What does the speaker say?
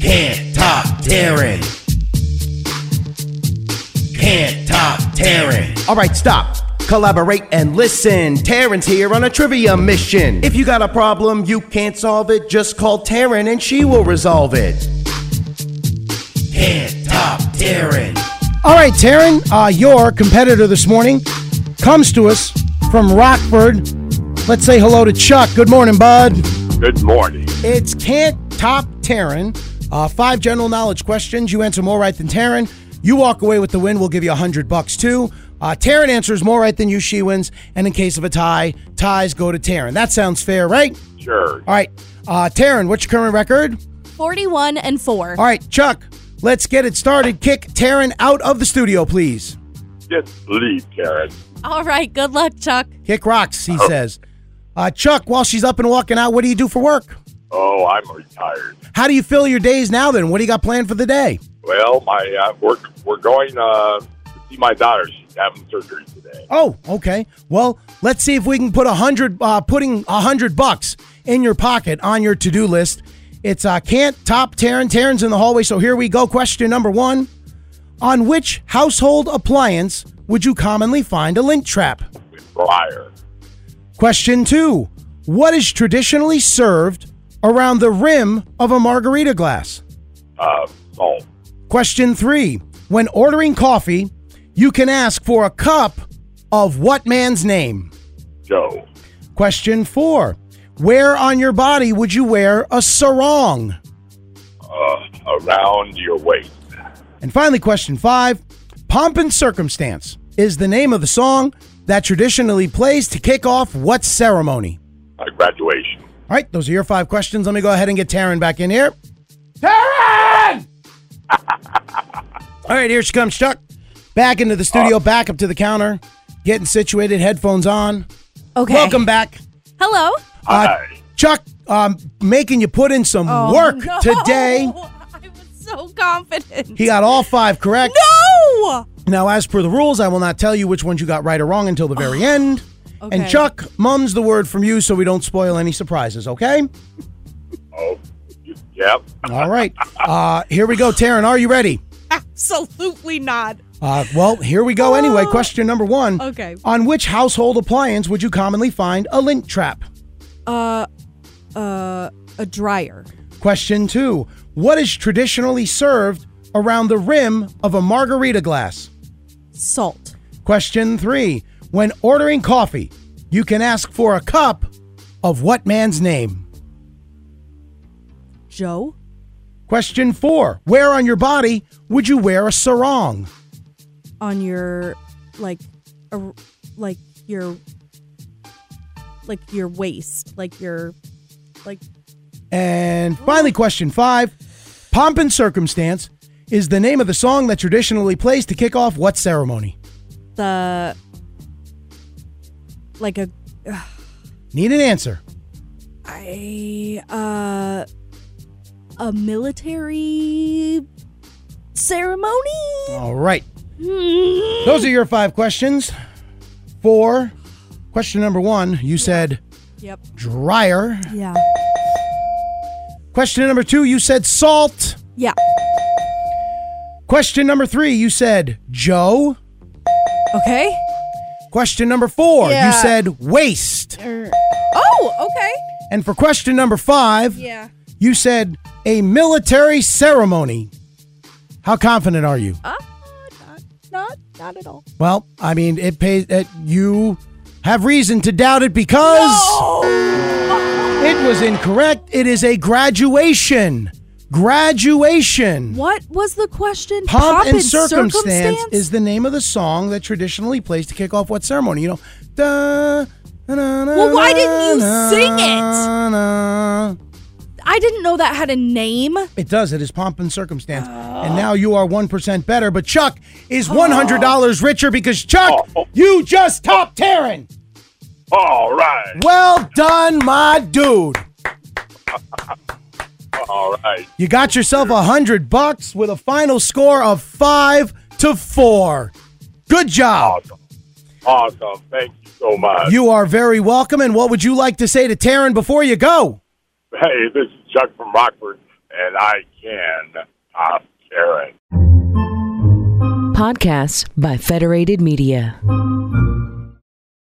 Can't top Darren. Can't top Darren. All right, stop. Collaborate and listen. Taryn's here on a trivia mission. If you got a problem you can't solve it, just call Taryn and she will resolve it. Can't top Darren. All right, Taryn, uh, your competitor this morning comes to us from Rockford. Let's say hello to Chuck. Good morning, bud. Good morning. It's Can't Top Taryn. Uh, five general knowledge questions. You answer more right than Taryn. You walk away with the win. We'll give you a hundred bucks too. Uh, Taryn answers more right than you. She wins. And in case of a tie, ties go to Taryn. That sounds fair, right? Sure. All right, uh, Taryn, what's your current record? 41 and 4. All right, Chuck, let's get it started. Kick Taryn out of the studio, please. Just leave, Karen. All right, good luck, Chuck. Kick rocks, he says. Uh, Chuck, while she's up and walking out, what do you do for work? Oh, I'm retired. How do you fill your days now then? What do you got planned for the day? Well, my uh, we're we're going uh, to see my daughter. She's having surgery today. Oh, okay. Well, let's see if we can put a hundred, uh, putting a hundred bucks in your pocket on your to-do list. It's uh, can't top Taryn. Taryn's in the hallway, so here we go. Question number one: On which household appliance would you commonly find a lint trap? With Briar, Question two: What is traditionally served around the rim of a margarita glass? uh, salt, Question three: When ordering coffee, you can ask for a cup of what man's name? Joe, Question four. Where on your body would you wear a sarong? uh, around your waist. And finally, question five. Pomp and Circumstance is the name of the song that traditionally plays to kick off what ceremony? My graduation. All right, those are your five questions. Let me go ahead and get Taryn back in here. Taryn! All right, here she comes, Chuck. Back into the Uh. studio, back up to the counter, getting situated, headphones on. Okay. Welcome back. Hello. Hi. Chuck, um, making you put in some Oh, work no. today. I was so confident. He uh, got all five correct. no! Now, as per the rules, I will not tell you which ones you got right or wrong until the very end. And Okay. Chuck, mum's the word from you, so we don't spoil any surprises. Okay. oh, you- yep. All right. Uh, here we go, Taryn. Are you ready? Absolutely not. Uh, well, here we go. Anyway, question number one. Oh! Okay. On which household appliance would you commonly find a lint trap? Uh, uh, a dryer. Question two. What is traditionally served around the rim of a margarita glass? Salt. Question three. When ordering coffee, you can ask for a cup of what man's name? Joe. Question four. Where on your body would you wear a sarong? On your, like, a, like your, like your waist. Like your, like, And finally, question five. Pomp and Circumstance is the name of the song that traditionally plays to kick off what ceremony? the, like a, Need an answer. I, uh, a military ceremony? All right. Mm-hmm. Those are your five questions. For question number one, you said Yep. dryer. Yeah. Question number two, you said salt. Yeah. Question number three, you said Joe. Okay. Question number four, Yeah. you said waste. Oh, okay. And for question number five, Yeah. you said a military ceremony. How confident are you? Uh, not, not, not at all. Well, I mean, it pays. It, you have reason to doubt it because it was incorrect. It is a graduation. Graduation. What was the question? Pomp, and, circumstance, is the name of the song that traditionally plays to kick off what ceremony? You know, da. Well, why didn't you sing it? it? I didn't know that had a name. It does. It is pomp and circumstance. And now you are 1% better, but Chuck is $100 richer because Chuck, Oh. you just topped Taryn. All right. Well done, my dude. All right. You got yourself a hundred bucks with a final score of five to four. Good job. Awesome. Awesome. Thank you so much. You are very welcome. And what would you like to say to Taryn before you go? hey, this is Chuck from Rockford, and I can top Karen. Podcasts by Federated Media.